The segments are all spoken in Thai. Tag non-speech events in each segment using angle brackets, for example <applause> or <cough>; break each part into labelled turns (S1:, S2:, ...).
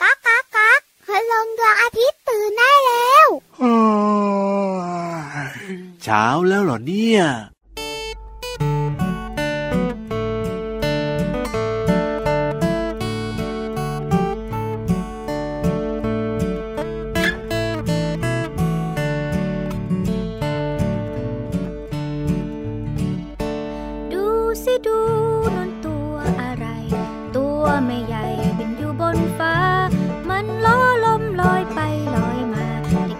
S1: ก๊ากก๊ากก๊ากคุณลุงดวงอาทิตย์ตื่นได้แล้ว
S2: เช้าแล้วเหรอเนี่ย
S3: ดูสิดูนั่นตัวอะไร ตัวไม่ใหญ่บินอยู่บนฟ้า มันล้อลมลอยไปลอยมา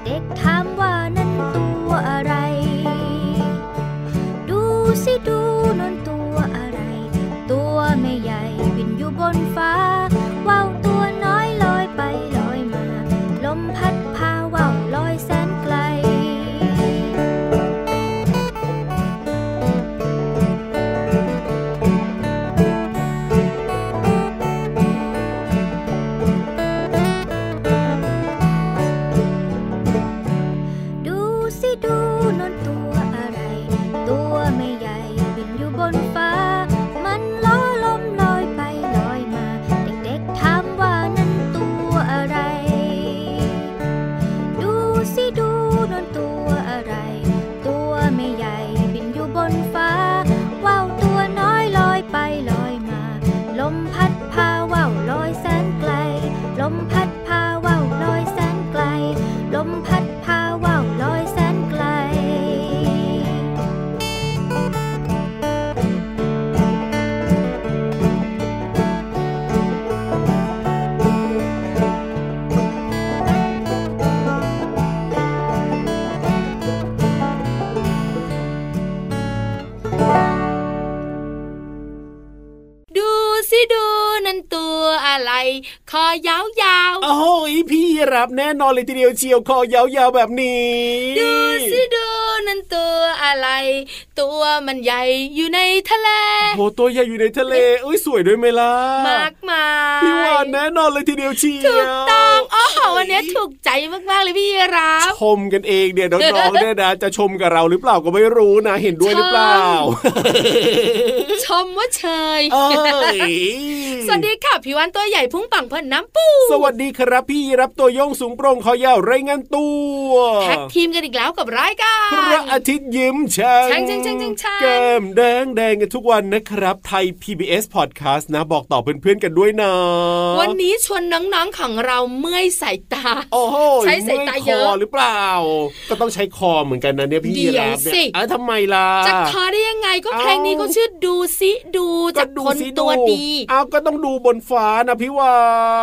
S3: เด็กๆถามว่านั่นตัวอะไร ดูสิดูนั่นตัวอะไร ตัวไม่ใหญ่บินอยู่บนฟ้า ว่าวตัวน้อยลอยไปลอยมา ลมพัดพาว่าวลอยแสนไกล ดูสิดูนอนตัวอะไร ตัวไม่ใหญ่บินอยู่บนฟ้า มันล้อลมลอยไปลอยมา เด็กๆถามว่านั่นตัวอะไร ดูสิดูนอนตัวอะไร ตัวไม่ใหญ่บินอยู่บนฟ้า ว่าวตัวน้อยลอยไปลอยมา ลมพัดพาว่าวลอยแสนไกล ลมพัดพาว่าวลอยแสนไกล ลมพัดพาว่าวลอยแสนไกล
S4: ดูสิดูนั่นตัวอะไร คอยาวยาวๆ
S5: โอ้โหพี่รับแน่นอนเลยทีเดียวเชียวคอยาวๆแบบนี้
S4: ดูสิดูนั่นตัวอะไร ตัวมันใหญ่อยู่ในทะเล
S5: โอ้โหตัวใหญ่อยู่ในทะเลเอ้ยสวยด้วยไหมล่ะ
S4: มากมาย
S5: พี่วานแน่นอนเลยทีเดียวเชียว
S4: ถูกต้องโอ้โหวันนี้ถูกใจมากๆเลยพี่รับ
S5: ชมกันเองเดี๋ยวน้องๆเนี่ยนะจะชมกับเราหรือเปล่าก็ไม่รู้นะเห็นด้วยหรือเปล่า
S4: ชมว่าเชย
S5: เอ้ย
S4: สวัสดีค่ะพี่วันตัวใหญ่พุงปังเพิ่นน้ำปู
S5: สวัสดีครับพี่รับตัวโยงสูงโปร่งคอยาวไรายงานตัว
S4: แท็กทีมกันอีกแล้วกับรายกา
S5: พระ
S4: ร
S5: อาทิตย์ยิ้มช่าง
S4: ช่างช่างช่างช่างช่าง
S5: แก้มแดงแดงกันทุกวันนะครับ ไทย PBS Podcast นะบอกต่อเพื่อนๆกันด้วยนะ
S4: วันนี้ชวนน้องๆของเราเมื่อยสายตา
S5: โอ้โห
S4: ใช้สายตาเยอะ
S5: มื่คหรือเปล่า ก็ต้องใช้คอเหมือนกันนะเนี่ยพี่
S4: เดี๋ยว
S5: รับเนี่
S4: สิ
S5: ยเอ้าทำไมล่ะ
S4: จะคอได้ยังไงก็
S5: เอ้า
S4: เพลงนี้เขาชื่อดูสิดู
S5: ก็
S4: จากคน
S5: สิ
S4: ตัวดี
S5: เอาก็ต้องดูบนฟ้านะพี่วา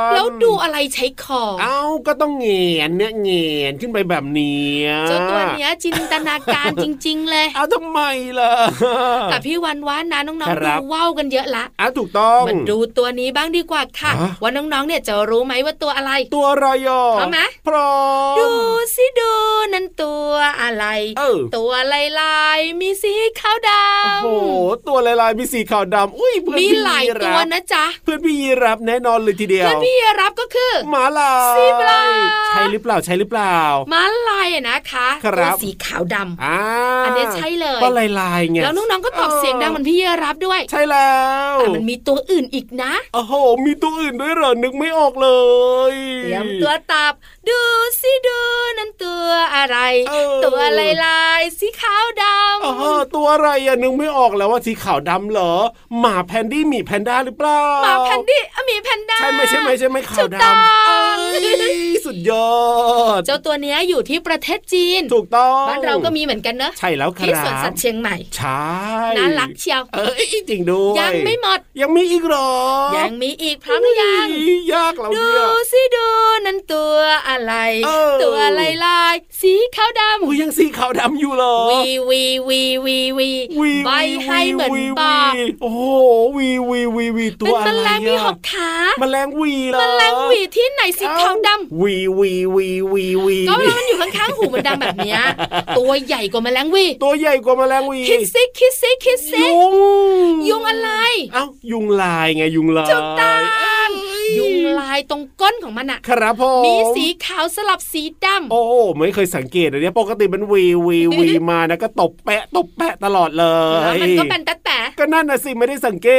S5: น
S4: แล้วดูอะไรใช้คอ
S5: เอาก็ต้องเหงนเนี่ยเหงนขึ้นไปแบบเนี้ย
S4: เจ้าตัวเนี้ยจินตนาการ จริง ๆ เลย
S5: เอาทำไมล่ะ
S4: แต่พี่วันว่านะน้องๆ
S5: ครั
S4: ดู
S5: บ
S4: ว่าวกันเยอะละ
S5: อ่ะถูกต้อง
S4: มาดูตัวนี้บ้างดีกว่าค่ะ
S5: ฮะ
S4: ว่าน้องๆเนี่ยจะรู้ไหมว่าตัวอะไร
S5: ตัวอะไรอ่ะ
S4: พร้อมไหม
S5: พร้อม
S4: ดูสิดูนั่นตัวอะไร
S5: เออ
S4: ตัวลายลายๆมีสีขาวด
S5: โอ้โห ตัวลายลายๆมีสีขาวดำอุ้ยเพื่
S4: ำ
S5: อน
S4: มี
S5: พี่
S4: หลาย
S5: ยี
S4: ตั
S5: รั
S4: ว
S5: บ
S4: นะจ๊ะ
S5: เพื่อนพี่ยีรับแน่นอนเลยทีเดีย
S4: เพื่อ
S5: วน
S4: พี่รับก็คือ
S5: หมาลาย
S4: สีบลา
S5: ใช่หรือเปล่าใช่หรือเปล่า
S4: ม้าลายอะนะคะ
S5: ครับ
S4: ตัวสีขาวดำ
S5: อ่า
S4: อั
S5: อั
S4: นเนี้ยใช่เลย
S5: ก็ลายลายๆไง
S4: แล้วน้องๆก็ตอบเสียงดังเหมือนพี่เยรับด้วย
S5: ใช่แล้ว
S4: แต่มันมีตัวอื่นอีกนะ
S5: โอ้โห มีตัวอื่นด้วยเหรอนึกไม่ออกเลย
S4: เตรียมตัวตอบดูสิดูนั่นตัวอะไร
S5: เออ
S4: ตัวลายลายๆสีขาวด
S5: เออตัวอะไรอ่ะนึกไม่ออกแล้วว่าสีขาวดำเหรอ หมาแพนดี้หมีแพนด้าหรือเปล่า
S4: ำหมาแพนดี้อ่ะหมีแพนด้า
S5: ใช่ไหมใช่ไหมใช่ไหม
S4: ถู
S5: ขาว
S4: ก
S5: ด
S4: ต้อง
S5: ำเอ้ยสุดยอด
S4: เจ้าตัวเนี้ยอยู่ที่ประเทศจีน
S5: ถูกต้อง
S4: บ้านเราก็มีเหมือนกันเนอะ
S5: ใช่แล้วค
S4: ที่
S5: รั
S4: สวนสัต
S5: บ
S4: ว์เชียงใหม่
S5: ใช่
S4: น่ารักเชียว
S5: เอ้ยจริงด้วย
S4: ยังไม่หมด
S5: ยังมีอีกเหรอ
S4: ยังมีอีกพร้อมหรือยัง
S5: อุ๊ยยากเรา
S4: ดู
S5: เนี่ย
S4: สิดูนั่นตัวอะไร
S5: เออ
S4: ตัวลายลายๆสีขาวดำ
S5: อุ้ยยังสีขาวดำอยู่เหรอ
S4: วีวีวีวีวี
S5: วี
S4: ใบให้เหมือน
S5: วี
S4: บอก
S5: วีโอ้โหวีวีวีวีตั
S4: เป็น
S5: วอะ
S4: แม
S5: ไร
S4: ลงมีห
S5: อะ
S4: กขา
S5: แมลงวีเหรอ
S4: แมลงหวีที่ไหนสีขาวดำ
S5: วีวีวีวีวี
S4: ก็เวลามันอยู่ข้างๆหูมันดำแบบเนี้
S5: <laughs>
S4: ย ตัวใหญ่กว่าแมลงหวี
S5: ตัวใหญ่กว่าแมลงวี
S4: คิดซิคิดซิคิดซิ
S5: ยุง
S4: ยุงอะไร
S5: เอ้ายุงลายไงยุงลาย
S4: จุกตังยุงลาย ตรงก้นของมันอะ
S5: ครับผม
S4: มีสีขาวสลับสีดำ
S5: โอ้ไม่เคยสังเกตเลยเนี่ยปกติมันวีวีวีมานะก็ตบแปะตบแปะตลอดเล
S4: แล้ว
S5: ย
S4: มันก็เป็นแต่แต่
S5: ก็นั่นนะสิไม่ได้สังเก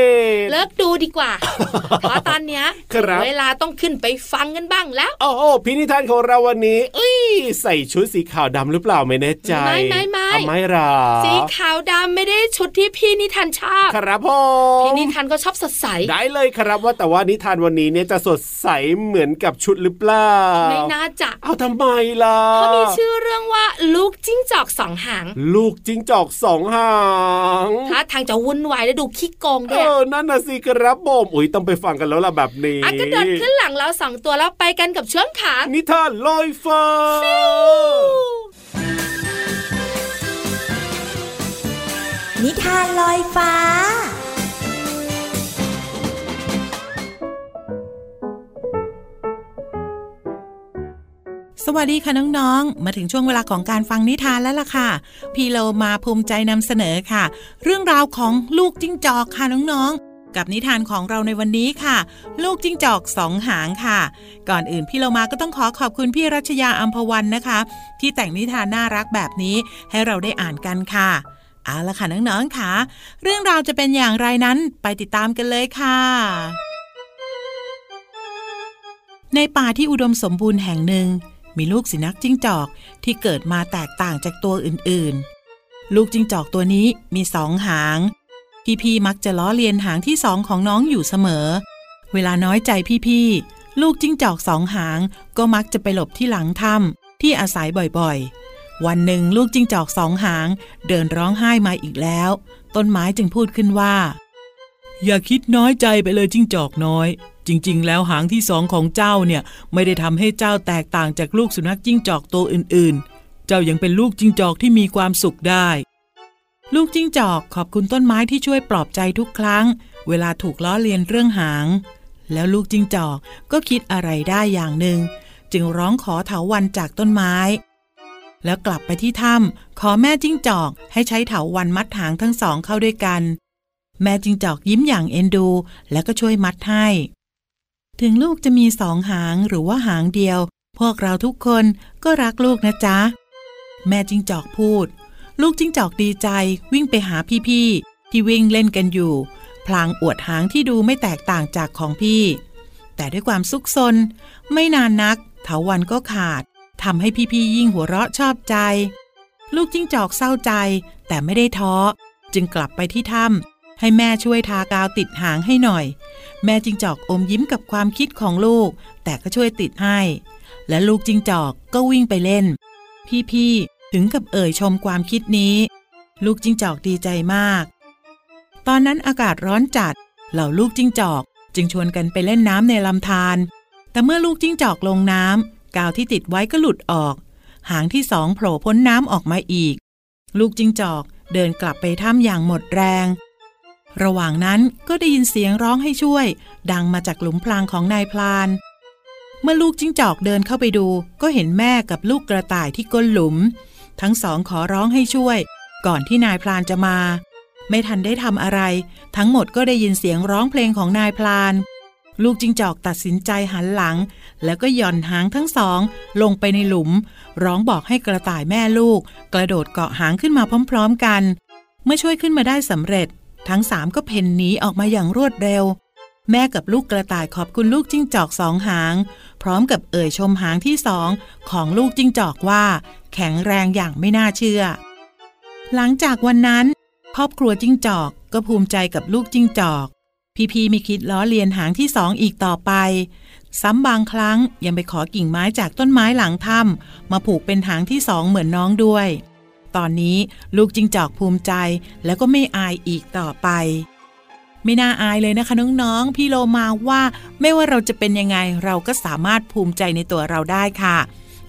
S5: ต
S4: เลิกดูดีกว่า
S5: <laughs>
S4: เพราะตอนเนี้ย
S5: ครับ
S4: เวลาต้องขึ้นไปฟังกันบ้างแล้ว
S5: โอ้โหพินิธานของเราวันนี้ เอ้ย ใส่ชุดสีขาวดำหรือเปล่าไม่แน่ใจ
S4: ไม่ไม่ไม่
S5: อ่ะไม่หรอ
S4: สีขาวดำไม่ได้ชุดที่พี่นิทานชอบ
S5: ครับผม
S4: พี่นิทานก็ชอบสดใส
S5: ได้เลยครับว่าแต่ว่านิทานวันนี้เนี่ยจะสดใสเหมือนกับชุดหรือเปล่า
S4: ไม่น่าจะ
S5: เอาทำไมล่ะ
S4: เขามีชื่อเรื่องว่าลูกจิ้งจอกสองหาง
S5: ลูกจิ้งจอกสองหาง
S4: ถ้าทางจะวุ่นวายและดูขี้โกง
S5: เอ
S4: ด้วย
S5: อนั่นนะสิครับผมอุ้ยต้องไปฟังกันแล้วล่ะแบบนี้
S4: อ่ะกระโดดขึ้นหลังเราสองตัวแล้วไปกันกับช่วงขา
S5: นิทานลอยฟ้า
S6: นิทานลอยฟ้า
S7: สวัสดีค่ะน้องๆ มาถึงช่วงเวลาของการฟังนิทานแล้วล่ะค่ะ พี่เรามาภูมิใจนำเสนอค่ะ เรื่องราวของลูกจิ้งจอกค่ะน้องๆ กับนิทานของเราในวันนี้ค่ะ ลูกจิ้งจอกสองหางค่ะ ก่อนอื่นพี่เรามาก็ต้องขอขอบคุณพี่รัชยาอัมพวันนะคะ ที่แต่งนิทานน่ารักแบบนี้ให้เราได้อ่านกันค่ะเอาละค่ะน้องๆค่ะ เรื่องราวจะเป็นอย่างไรนั้นไปติดตามกันเลยค่ะ ในป่าที่อุดมสมบูรณ์แห่งหนึ่ง มีลูกสุนัขจิ้งจอกที่เกิดมาแตกต่างจากตัวอื่นๆ ลูกจิ้งจอกตัวนี้มีสองหาง พี่ๆมักจะล้อเลียนหางที่สองของน้องอยู่เสมอ เวลาน้อยใจพี่ๆลูกจิ้งจอกสองหางก็มักจะไปหลบที่หลังถ้ำที่อาศัยบ่อยๆ วันหนึ่งลูกจิ้งจอกสองหาง เดินร้องไห้มาอีกแล้ว ต้นไม้จึงพูดขึ้นว่า อย่าคิดน้อยใจไปเลยจิ้งจอกน้อย จริง ๆ แล้วหางที่สองของเจ้าเนี่ยไม่ได้ทำให้เจ้าแตกต่างจากลูกสุนัขจิ้งจอกตัวอื่นๆ เจ้ายังเป็นลูกจิ้งจอกที่มีความสุขได้ ลูกจิ้งจอกขอบคุณต้นไม้ที่ช่วยปลอบใจทุกครั้ง เวลาถูกล้อเลียนเรื่องหาง แล้วลูกจิ้งจอกก็คิดอะไรได้อย่างหนึ่ง จึงร้องขอเถาวันจากต้นไม้ แล้วกลับไปที่ถ้ำขอแม่จิ้งจอกให้ใช้เถาวันมัดหางทั้งสองเข้าด้วยกัน แม่จิงจอกยิ้มอย่างเอ็นดู แล้วก็ช่วยมัดให้ ถึงลูกจะมีสองหางหรือว่าหางเดียว พวกเราทุกคนก็รักลูกนะจ๊ะ แม่จิงจอกพูด ลูกจิงจอกดีใจวิ่งไปหาพี่ๆที่วิ่งเล่นกันอยู่ พลางอวดหางที่ดูไม่แตกต่างจากของพี่ แต่ด้วยความซุกซน ไม่นานนักเถาวันก็ขาดทำให้พี่ๆยิ่งหัวเราะชอบใจ ลูกจิ้งจอกเศร้าใจแต่ไม่ได้ท้อ จึงกลับไปที่ถ้ำให้แม่ช่วยทากาวติดหางให้หน่อย แม่จิ้งจอกอมยิ้มกับความคิดของลูก แต่ก็ช่วยติดให้ และลูกจิ้งจอกก็วิ่งไปเล่น พี่ๆถึงกับเอ่ยชมความคิดนี้ ลูกจิ้งจอกดีใจมาก ตอนนั้นอากาศร้อนจัด เหล่าลูกจิ้งจอกจึงชวนกันไปเล่นน้ำในลำธารแต่เมื่อลูกจิ้งจอกลงน้ำกาวที่ติดไว้ก็หลุดออก หางที่สองโผล่พ้นน้ำออกมาอีก ลูกจิงจอกเดินกลับไปถ้ำอย่างหมดแรง ระหว่างนั้นก็ได้ยินเสียงร้องให้ช่วย ดังมาจากหลุมพรางของนายพลาน เมื่อลูกจิงจอกเดินเข้าไปดู ก็เห็นแม่กับลูกกระต่ายที่ก้นหลุม ทั้งสองขอร้องให้ช่วย ก่อนที่นายพลานจะมา ไม่ทันได้ทำอะไร ทั้งหมดก็ได้ยินเสียงร้องเพลงของนายพลาน ลูกจิงจอกตัดสินใจหันหลัง แล้วก็หย่อนหางทั้งสอง ลงไปในหลุม ร้องบอกให้กระต่ายแม่ลูก กระโดดเกาะหางขึ้นมาพร้อมๆกัน เมื่อช่วยขึ้นมาได้สำเร็จ ทั้งสามก็เพ่นหนีออกมาอย่างรวดเร็ว แม่กับลูกกระต่ายขอบคุณลูกจิ้งจอกสองหาง พร้อมกับเอ่ยชมหางที่สองของลูกจิ้งจอกว่า แข็งแรงอย่างไม่น่าเชื่อ หลังจากวันนั้น ครอบครัวจิ้งจอกก็ภูมิใจกับลูกจิ้งจอก พี่ๆไม่คิดล้อเลียนหางที่สองอีกต่อไป ซ้ำบางครั้งยังไปขอกิ่งไม้จากต้นไม้หลังถ้ำมาผูกเป็นหางที่สองเหมือนน้องด้วย ตอนนี้ลูกจิงจอกภูมิใจแล้วก็ไม่อายอีกต่อไป ไม่น่าอายเลยนะคะน้องๆ พี่โลมาว่าไม่ว่าเราจะเป็นยังไงเราก็สามารถภูมิใจในตัวเราได้ค่ะ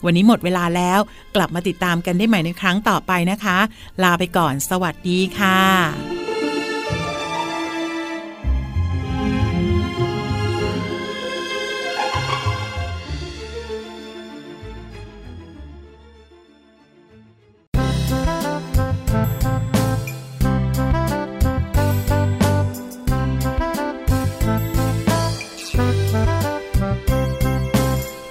S7: วันนี้หมดเวลาแล้วกลับมาติดตามกันได้ใหม่ในครั้งต่อไปนะคะ ลาไปก่อนสวัสดีค่ะ
S1: พ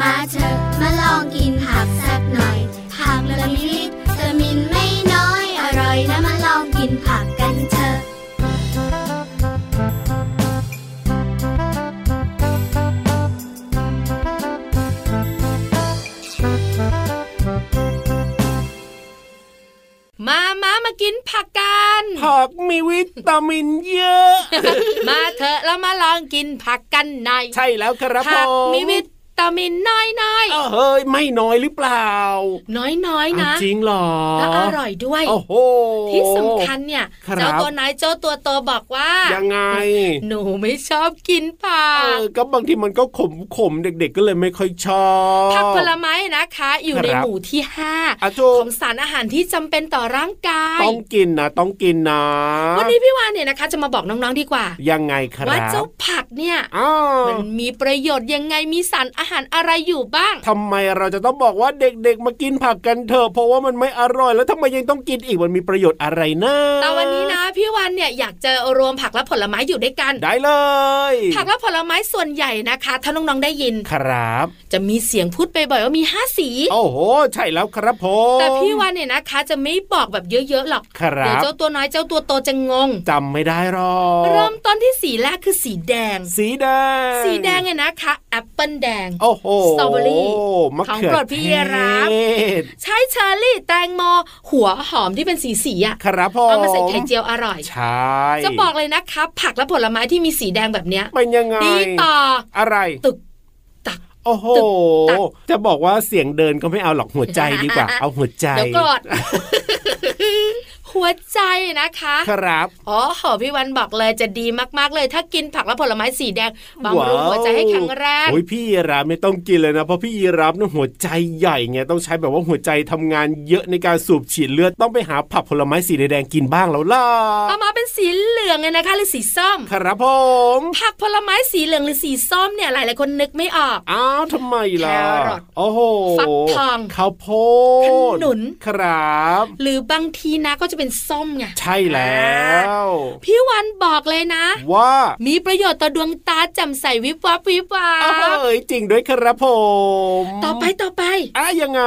S8: มาเถอะมาลองกินผักสักหน่อย ผักละมินิดเตามินไม่น้อย อร่อยนะมาลองกินผักกันเถอะ
S4: มามามากินผักกัน
S5: ผักมีวิตามินเย
S4: <laughs>
S5: อะ
S4: มาเถอะแล้วมาลองกินผักกันหน่อย
S5: ใช่แล้วครับผ
S4: ผัก
S5: ม
S4: มีวิตามินน้อยน้อย
S5: เอ้าเฮ้ยไม่น้อยหรือเปล่า
S4: น้อยน้อยๆนะ
S5: เอาจริงเหรอ
S4: แล้วอร่อยด้วย
S5: โอ้โห
S4: ที่สำคัญเนี่ย
S5: ครับ
S4: เจ้าตัวนายเจ้าตัวโตบอกว่า
S5: ยังไง
S4: หนูไม่ชอบกินผั
S5: เอก อก็บางทีมันก็ขมขมๆเด็ก ๆ ก็เลยไม่ค่อยชอบ
S4: ผักผลไม้นะคะ อยู่ใน
S5: ครับ
S4: หมู่ที่ห้า
S5: อ่ะโจ
S4: ของสารอาหารที่จำเป็นต่อร่างกาย
S5: ต้องกินนะต้องกินนะ
S4: วันนี้พี่วานเนี่ยนะคะ จะมาบอกน้องๆดีกว่า
S5: ยังไงครับ
S4: ว่าเจ้าผักเนี่ย
S5: อ้าว
S4: มันมีประโยชน์ยังไงมีสารอาหารอะไรอยู่บ้าง
S5: ทำไมเราจะต้องบอกว่าเด็กๆ มากินผักกันเถอะเพราะว่ามันไม่อร่อยแล้วทำไมยังต้องกินอีกมันมีประโยชน์อะไรนะ
S4: แต่วันนี้นะพี่วานเนี่ยอยากจะรวมผักและผลไม้อยู่ด้วยกัน
S5: ได้เลย
S4: ผักและผลไม้ส่วนใหญ่นะคะ ถ้าน้องๆได้ยิน
S5: ครับ
S4: จะมีเสียงพูดไปบ่อยๆว่ามีห้าสี
S5: โอ้โห ใช่แล้วครับผม
S4: แต่พี่วานเนี่ยนะคะ จะไม่บอกแบบเยอะๆหรอก
S5: ครั
S4: เดี๋ยว
S5: บ
S4: เจ้าตัวน้อยเจ้าตัวโตจะงง
S5: จำไม่ได้หรอก
S4: เริ่มต้นที่สีแรกคือสีแดง
S5: สีแดง
S4: สีแดงเนี่ยนะคะแอปเปิลแดง
S5: โอ้โห
S4: สตรอเบอรี่
S5: มะ
S4: ข
S5: เขื
S4: องโปรดพี่ยีราฟ
S5: เทศ
S4: ใช้เชอร์รี่แตงโมหัวหอมที่เป็นสีสีๆอะ
S5: ครับผม
S4: เอามาใส่ไข่เจียวอร่อย
S5: ใช่
S4: จะบอกเลยนะคะผักและผลไม้ที่มีสีแดงแบบเนี้ย
S5: เป็นยังไง
S4: ดีต่อ
S5: อะไร
S4: ตึกตัก
S5: โอ้โห
S4: ตึกตัก
S5: จะบอกว่าเสียงเดินก็ไม่เอาหรอกหัวใจดีกว่า เอาหัวใจ
S4: เดี๋ยวกอ
S5: <laughs>
S4: ด หัวใจนะคะ
S5: ครับ
S4: อ๋อหอพี่วันบอกเลยจะดีมากๆเลย ถ้ากินผักและผลไม้สีแดงบำรุงหัวใจให้แข็งแรง
S5: โอ้ยพี่ยีรับไม่ต้องกินเลยนะ เพราะพี่ยีรับเนี่ยหัวใจใหญ่ไงต้องใช้แบบว่าหัวใจทำงานเยอะในการสูบฉีดเลือดต้องไปหาผักผลไม้สีแดงๆกินบ้างแล้วล่ะ
S4: ต่อมาเป็นสีเหลืองเลยนะคะหรือสีส้ม
S5: ครับผม
S4: ผักผลไม้สีเหลืองหรือสีส้มเนี่ยหลายๆคนนึกไม่ออก
S5: อ้าวทำไมล่ะ
S4: แครอท
S5: โอ้โห
S4: ฟักทอง
S5: ข้าวโพด
S4: ขนุน
S5: ครับ
S4: หรือบางทีนะก็จะเป็นส้มไง
S5: ใช่แล้ว
S4: พี่วันบอกเลยนะ
S5: ว่า
S4: มีประโยชน์ต่อดวงตาแจ่มใสวิบวับวิบวับ
S5: เอ้ยจริงด้วยครับผม
S4: ต่อไปต่อไป
S5: อ่ะยังไง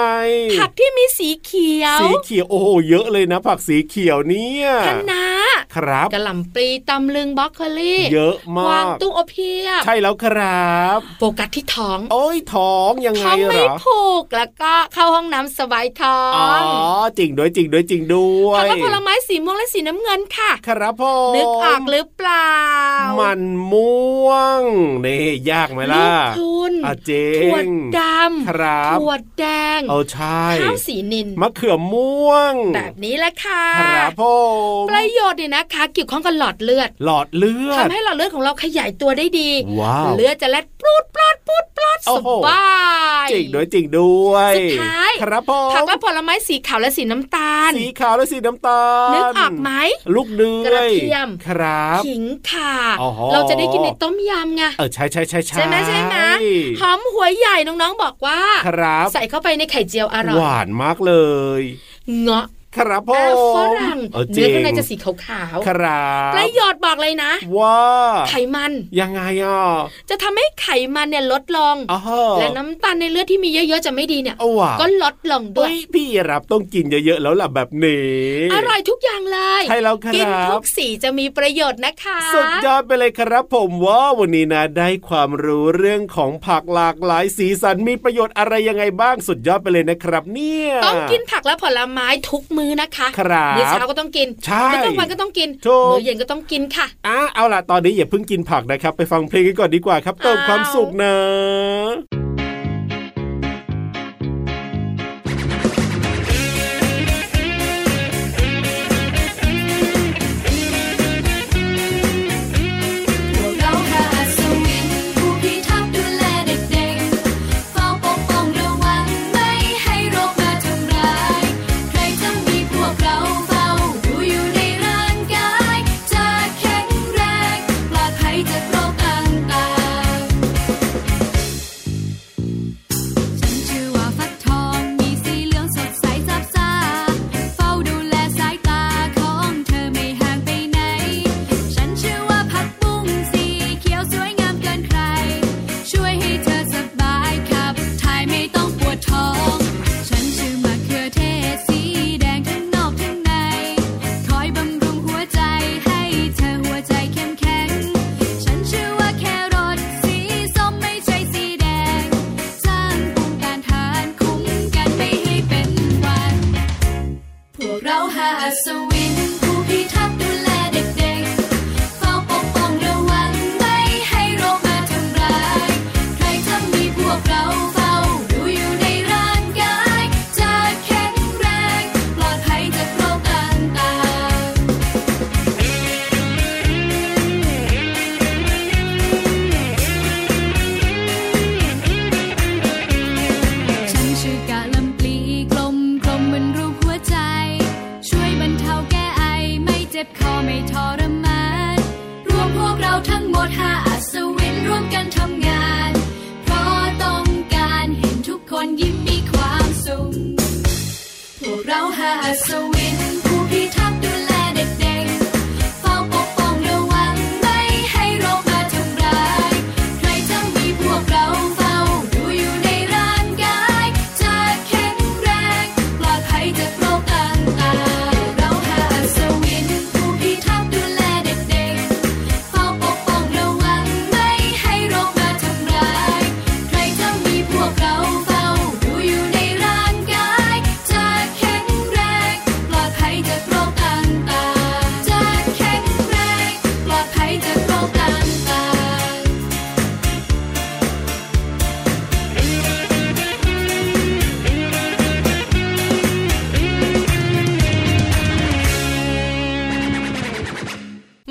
S4: ผักที่มีสีเขียว
S5: สีเขียวโอ้โหเยอะเลยนะ ผักสีเขียวเนี่ย
S4: คะน้า
S5: ครับ
S4: กะหล่ำปลีตำลึงบรอกโคลี
S5: เยอะมาก
S4: วาง
S5: ก
S4: ตุ้งอบเพียบ
S5: ใช่แล้วครับ
S4: โฟกัสที่ท้อง
S5: โอ้ยท้องยังไง
S4: ท้อง
S5: เหร
S4: ไม่
S5: อ
S4: ผูกแล้วก็เข้าห้องน้ำสบายท้อ
S5: อ๋อง จริงด้วยจริงด้วยจริงด้ว
S4: ผัก
S5: ย
S4: และผลไม้สีม่วงและสีน้ำเงินค่ะ
S5: ครับพ่อ
S4: นึกออกหรือเปล่ามั
S5: มันม่วงนี่ยากไหมล่ะ
S4: ทุน
S5: อ่ะเจ๊
S4: ถั่ว
S5: ง
S4: ด
S5: ค
S4: ำ
S5: รับ
S4: ถั่วแดง
S5: เอาใช่
S4: ข้าวสีนิน
S5: มะเขือม่วง
S4: แบบนี้แหละค่ะ
S5: ครับพ่อ
S4: ประโยชน์เนี่ยนะคะเกี่ยวข้องกับหลอดเลือด
S5: หลอดเลือด
S4: ทำให้หลอดเลือดของเราขยายตัวได้ดี
S5: ว้าว
S4: เลือดจะแล่นปรูดปลอดปรูดปลอด
S5: โอ้
S4: ส
S5: โห
S4: บาย
S5: จริงด้วยจริงด้วย
S4: สุดท้าย
S5: ครับพ่อ
S4: ผักและผลไม้สีขาวและสีน้ำตาล
S5: สีขาวและสีน้ำตาล
S4: นึกออกไหม
S5: ลูกเดือย
S4: กระเทียม
S5: ครับ
S4: ขิงค่ะ
S5: อ๋อ
S4: เราจะได้กินในต้มยำไง
S5: เออใช่ใช่ใช่
S4: ใช่ไหมใช่ไหมหอมหัวใหญ่น้องๆบอกว่า
S5: ครับ
S4: ใส่เข้าไปในไข่เจียวอร่อย
S5: หวานมากเลย
S4: เงาะ
S5: ครับพ่
S4: แอลฝรั่ง
S5: เออจ
S4: เนื้อข้างใน
S5: ริ
S4: จะสีขาว
S5: ค
S4: ๆ
S5: รับ
S4: ประโยชน์บอกเลยนะ
S5: ว่า
S4: ไขมัน
S5: ยังไงอ่ะ
S4: จะทำให้ไขมันเนี่ยลดลง
S5: อ๋อ
S4: และน้ำตาลในเลือดที่มีเยอะๆจะไม่ดีเนี่ย
S5: เอาว่ะ
S4: ก็ลดลงด้ว
S5: เอ้
S4: ย
S5: ยพี่รับต้องกินเยอะๆแล้วล่ะแบบนี้
S4: อร่อยทุกอย่างเลย
S5: ใช่แล้วค
S4: กิน
S5: รั
S4: ทุ
S5: บ
S4: กสีจะมีประโยชน์นะคะ
S5: สุดยอดไปเลยครับผมว่าวันนี้นะได้ความรู้เรื่องของผักหลากหลายสีสันมีประโยชน์อะไรยังไงบ้างสุดยอดไปเลยนะครับ เนี่ย
S4: ต้องกินผักและผลไม้ทุกมื้อนะคะ
S5: ครับ
S4: มื้อเช้าก็ต้องกิน
S5: ใช่
S4: มื้อกลางวันก็ต้องกิน
S5: ถูก
S4: มื้อเย็นก็ต้องกินค่ะ
S5: อ่ะเอาล่ะตอนนี้อย่าเพิ่งกินผักนะครับ ไปฟังเพลงกันก่อนดีกว่าครับเติม
S4: อ้าว
S5: ความสุขนะ
S8: พวกเราพระอัศวินผู้พิทักษ์ดูแลเด็กๆเฝ้าปกป้องระวังไม่ให้โรคมาทำร้าย ใครทั้งมีพวกเราเฝ้าดูอยู่ในร่างกาย จะแข็งแรงปลอดภัยจากโรคต่างๆ ศวินผู้พิทักษ์ดูแลเด็กๆเฝ้าปกป้องระวังไม่ให้โรคมาทำร้าย ใครทำมีพวกเราเฝ้าดูอยู่ในร่างกาย จะแข็งแรงปลอดภัยจากโรคต่างๆ ฉันชื่อกะลำปลีกลมกลมเหมือนรูปหัวใจ ช่วยบรรเทาแก้ไอไม่เจ็บคอไม่ทรมานรวมพวกเราทั้งหมดห้าอัศวินร่วมกันทำงาน เพราะต้องการเห็นทุกคนยิ้มมีความสุข พวกเราหาอัศวินผู้พิทักษ์ดูแลเด็กๆเฝ้าปกป้องระวังไม่ให้โรคมาทำร้าย ใครจะมีพวกเราเฝ้าดูอยู่ในร่างกาย จะแข็งแรงปลอดภัยจากโรคต่างๆเราหาอัศวินผู้พิทักษ์ดูแลเด็กๆเฝ้าปกป้องระวังไม่ให้โรคมาทำร้าย ใครจะมีพวกเราเฝ้าดูอยู่ในร่างกาย จะแข็งแรงปลอดภัยจากโรคต่างๆจะแข็งแรงปลอดภัยจากโรคต่างๆ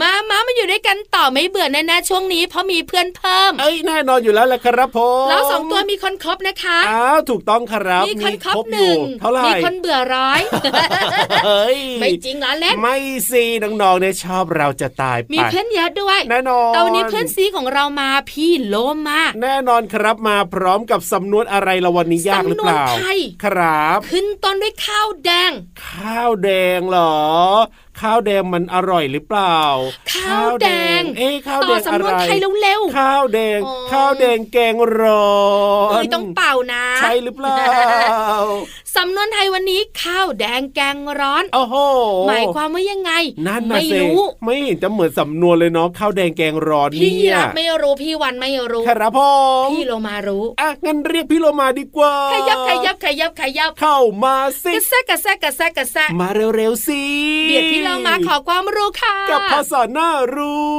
S4: มามามาอยู่ด้วยกันต่อไม่เบื่อแน่ๆช่วงนี้เพราะมีเพื่อนเพิ่ม
S5: เอ้ยแน่นอนอยู่แล้วแหละครับผม
S4: แล้วสองตัวมีคนครบนะคะ
S5: อ้าวถูกต้องครับ
S4: มีคนครบห
S5: อ
S4: นึ่
S5: ยู่
S4: ง
S5: เท่าไหร่
S4: มีคนเบื่อร้
S5: <laughs>
S4: อย
S5: เอ้ย
S4: ไม่จริงเหรอเล็ก
S5: ไม่สิน้องๆเนี่ยชอบเราจะตายไป
S4: มีเพื่อนเยอะด้วย
S5: แน่นอน
S4: แต่วันนี้เพื่อนซีของเรามาพี่โลมา
S5: แน่นอนครับมาพร้อมกับสำนวนอะไรละวันนี้ยากหรือเปล่า
S4: สำนวนไทย
S5: ครับ
S4: ขึ้นต้นด้วยข้าวแดง
S5: ข้าวแดงเหรอ ข้าวแดงมันอร่อยหรือเปล่า
S4: ข้าวแดง
S5: เอ้ยข้าว
S4: ต่
S5: แด
S4: อง
S5: อะ
S4: สำน
S5: ไร
S4: วนไทยเร็ว
S5: ข้าวแดง
S4: อ๋อ
S5: ข้าวแดงแกงร้อ
S4: ๆ
S5: น
S4: เอ้ยต้องเป่านะ
S5: ใช่หรือเปล่า
S4: สำนวนไทยวันนี้ข้าวแดงแกงร้อน
S5: โอ้โห
S4: หมายความว่ายังไง
S5: นั่นนะ
S4: ไม่
S5: สิ
S4: รู้
S5: ไม่เห็นจะเหมือนสำนวนเลยเนาะข้าวแดงแกงร้อน
S4: พี่
S5: เนี่ย
S4: รับไม่รู้พี่วันไม่รู้
S5: ครับผม
S4: พี่โลมารู้
S5: อ่ะงั้นเรียกพี่โลมาดีกว่า
S4: ขยับขยับขยับขยับ
S5: เข้ามาสิ
S4: กระแซะกระแซะกระแซะกระแซะ
S5: มาเร็วๆสิ
S4: เบียดพี่โลมาขอความรู้ค่ะ
S5: กับภาษาหน้ารู้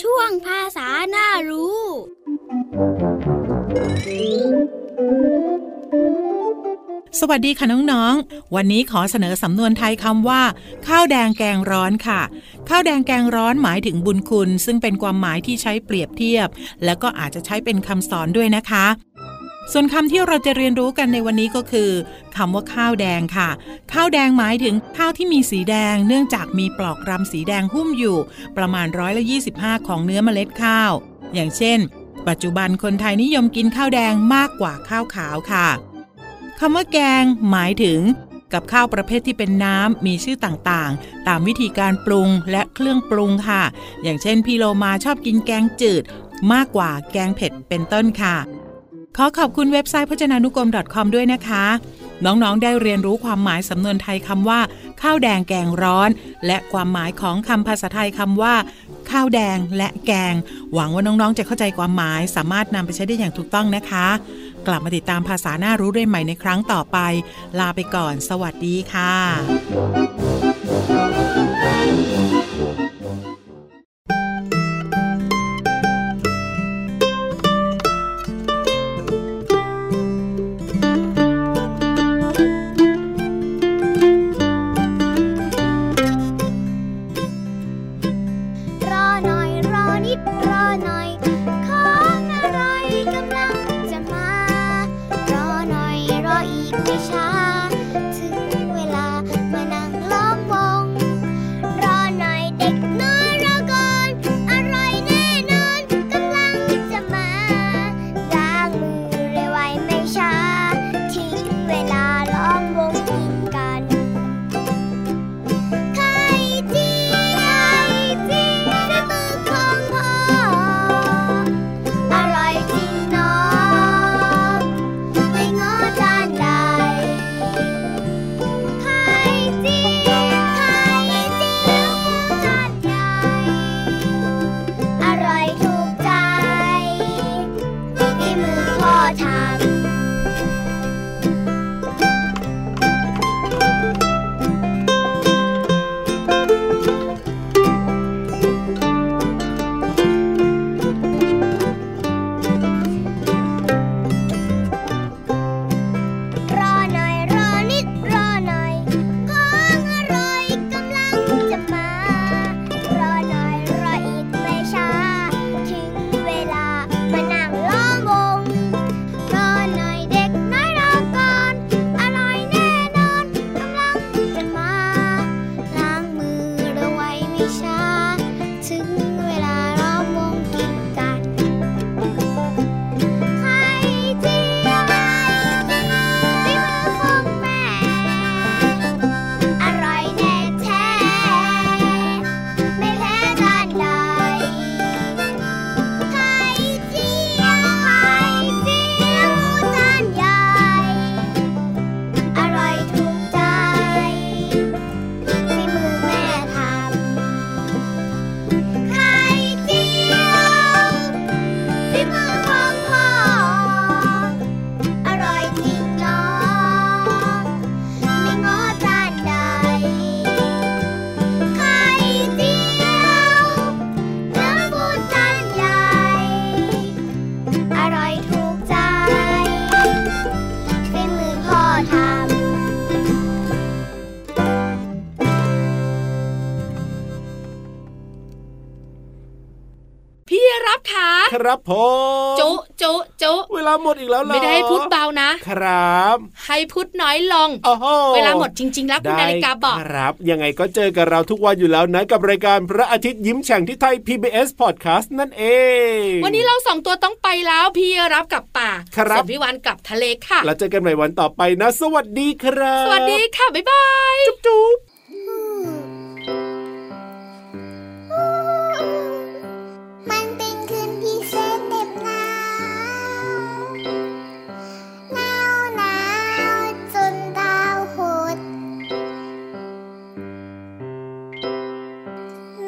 S1: ช่วงภาษาหน้ารู้
S7: สวัสดีค่ะน้องๆ วันนี้ขอเสนอสำนวนไทยคำว่า ข้าวแดงแกงร้อนค่ะ ข้าวแดงแกงร้อนหมายถึงบุญคุณ ซึ่งเป็นความหมายที่ใช้เปรียบเทียบ และก็อาจจะใช้เป็นคำสอนด้วยนะคะ ส่วนคำที่เราจะเรียนรู้กันในวันนี้ก็คือคำว่าข้าวแดงค่ะ ข้าวแดงหมายถึงข้าวที่มีสีแดง เนื่องจากมีปลอกรำสีแดงหุ้มอยู่ ประมาณร้อยละ25 ของเนื้อเมล็ดข้าว อย่างเช่น ปัจจุบันคนไทยนิยมกินข้าวแดงมากกว่าข้าวขาวค่ะ คำว่าแกงหมายถึง กับข้าวประเภทที่เป็นน้ำมีชื่อต่างๆ ตามวิธีการปรุงและเครื่องปรุงค่ะ อย่างเช่นพี่โลมาชอบกินแกงจืด มากกว่าแกงเผ็ดเป็นต้นค่ะ ขอขอบคุณเว็บไซต์พจนานุกรม .com ด้วยนะคะ น้องๆ ได้เรียนรู้ความหมายสำนวนไทยคำว่า ข้าวแดงแกงร้อน และความหมายของคำภาษาไทยคำว่า ข้าวแดงและแกง หวังว่าน้องๆ จะเข้าใจความหมาย สามารถนำไปใช้ได้อย่างถูกต้องนะคะ กลับมาติดตามภาษาหน้ารู้ได้ใหม่ในครั้งต่อไป ลาไปก่อน สวัสดีค่ะ
S1: รอหน่อยรอนิดรอหน่อย ของอะไรกำลังจะมา รอหน่อยรออีกไม่ช้า ถึงเวลามานั่งล้อมวง รอหน่อยเ
S5: ครับผม
S4: จุจุจุ
S5: เวลาหมดอีกแล้วเหรอ
S4: ไม่ได้ให้พูดเบานะ
S5: ครับ
S4: ให้พูดน้อยลง
S5: โอ้โห
S4: เวลาหมดจริง ๆ แล้วคุณนาฬิกาบอก
S5: ได้ครับ ยังไงก็เจอกับเราทุกวันอยู่แล้วนะ กับรายการพระอาทิตย์ยิ้มแฉ่งที่ไทย PBS Podcast นั่นเอง
S4: วันนี้เราสองตัวต้องไปแล้วพี่รับกลับป่า
S5: ครับ
S4: ส่วนพี่วานกลับทะเลค่ะ
S5: แล้วเจอกันใหม่วันต่อไปนะ สวัสดีครับ
S4: สวัสดีค่ะ บ๊ายบาย
S5: จุ๊บ
S1: มันเป็นคืนพิเศษเด็บหนาว หนาวหนาวจนดาวหด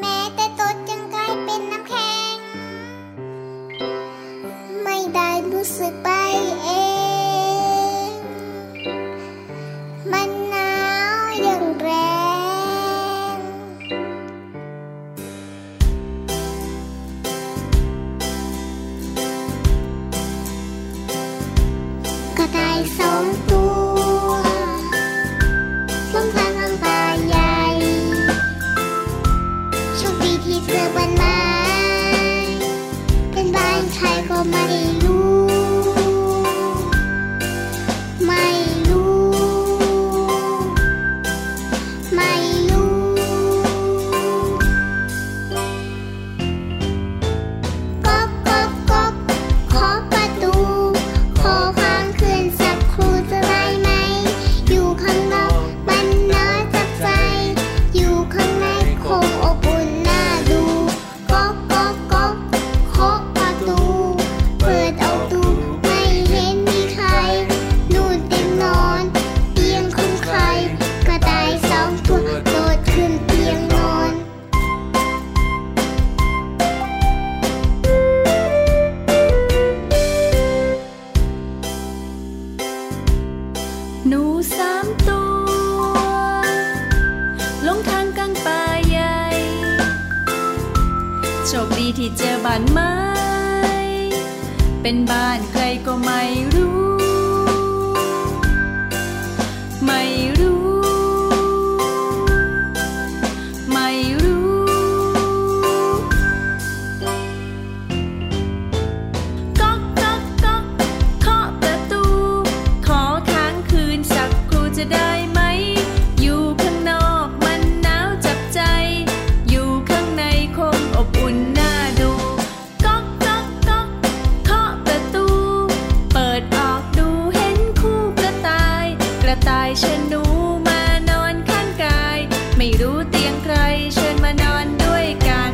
S1: แม้แต่ตัวจึงกลายเป็นน้ำแข็ง ไม่ได้รู้สึกไปเอง มันหนาวอย่างแรง กระต่ายสองตัวลงทางลงป่าใหญ่โชคดีที่เจอบ้านไม้เป็นบ้านใครก็ไม่รู้ ไม่รู้ ไม่รู้ ก๊อกก๊อกก๊อกขอประตู ขอข้างคืนสักครู่จะได้ไหม อยู่ข้างนอกมันน่าจับใจ อยู่ข้างในคงอบอุ่นน่าดูก๊อกก๊อกก๊อกขอประตู เปิดเอาดูไม่เห็นมีใคร นู่นเตียงนอนเตียงของใคร กระต่ายสองตัวโดดขึ้นเตียงนอน
S9: หนูสามตัว ลงทางกลางป่าใหญ่ โชคดีที่เจอบ้านไม้ เป็นบ้านใครก็ไม่รู้ ไม่รู้ ไม่รู้ ก๊อกก๊อกก๊อกเคาะประตู ขอค้างคืนสักครู่จะได้ไหม อยู่ข้างนอกมันหนาวจับใจ อยู่ข้างในคงอบอุ่นน่าดู ก๊อกก๊อกก๊อกเคาะประตู เปิดออกดูเห็นคู่กระต่าย กระต่ายเชิญหนูมานอนข้างกาย ไม่รู้เตียงใครเชิญมานอนด้วยกัน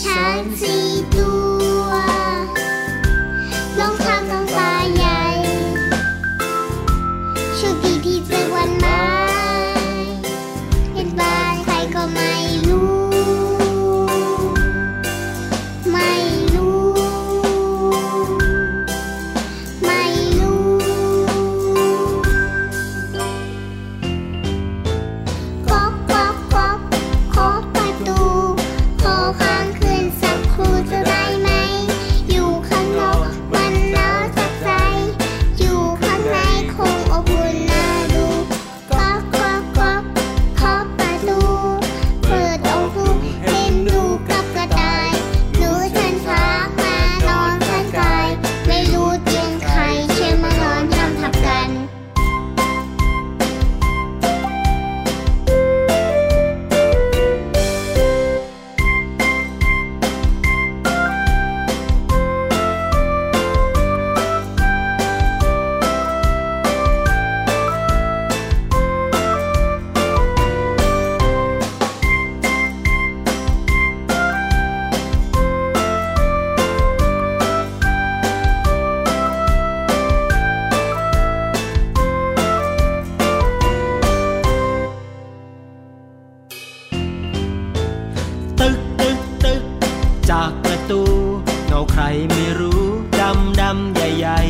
S1: ช้างสี่ตัวลงทางกลางป่าใหญ่โชคดีที่เจอวันไม้เป็นบ้านใครก็ไม่รู้ ไม่รู้ ไม่รู้ ก๊อกก๊อกก๊อกขอประตู ขอข้างคืนสักครู่จะได้ไหม อยู่ข้างนอกมันหนาวจับใจ อยู่ข้างในคงอบอุ่นน่าดูก๊อกก๊อกก๊อกขอประตู เปิดเอาดูเห็นดูกับกระต่ายหนูเชิญช้างมานอนข้างกาย ไม่รู้เตียงใครเชิญมานอนทำทับกัน
S10: ตึกตึกตึกจากประตูเงาใครไม่รู้ดำดำใหญ่ใหญ่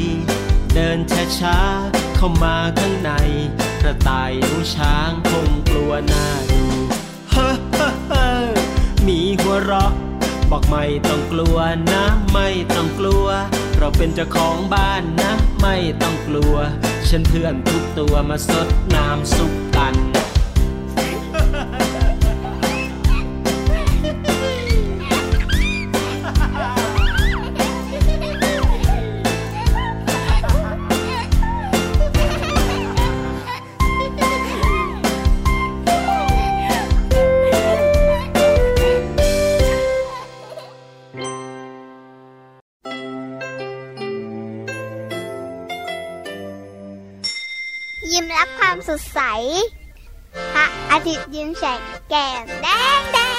S10: เดินช้าช้าๆเข้ามาข้างใน กระต่ายหนูช้างคงกลัวหน้าดูเฮ้อเฮ้อเฮ้อมีหัวเราะ บอกไม่ต้องกลัวนะไม่ต้องกลัว เราเป็นเจ้าของบ้านนะ ไม่ต้องกลัว ฉันเพื่อนทุกตัวมาสดน้ำสุกกัน
S8: <laughs>
S1: ยิ้มรับความสดใส พระอาทิตย์ยิ้มแฉกแก้มแดงแดง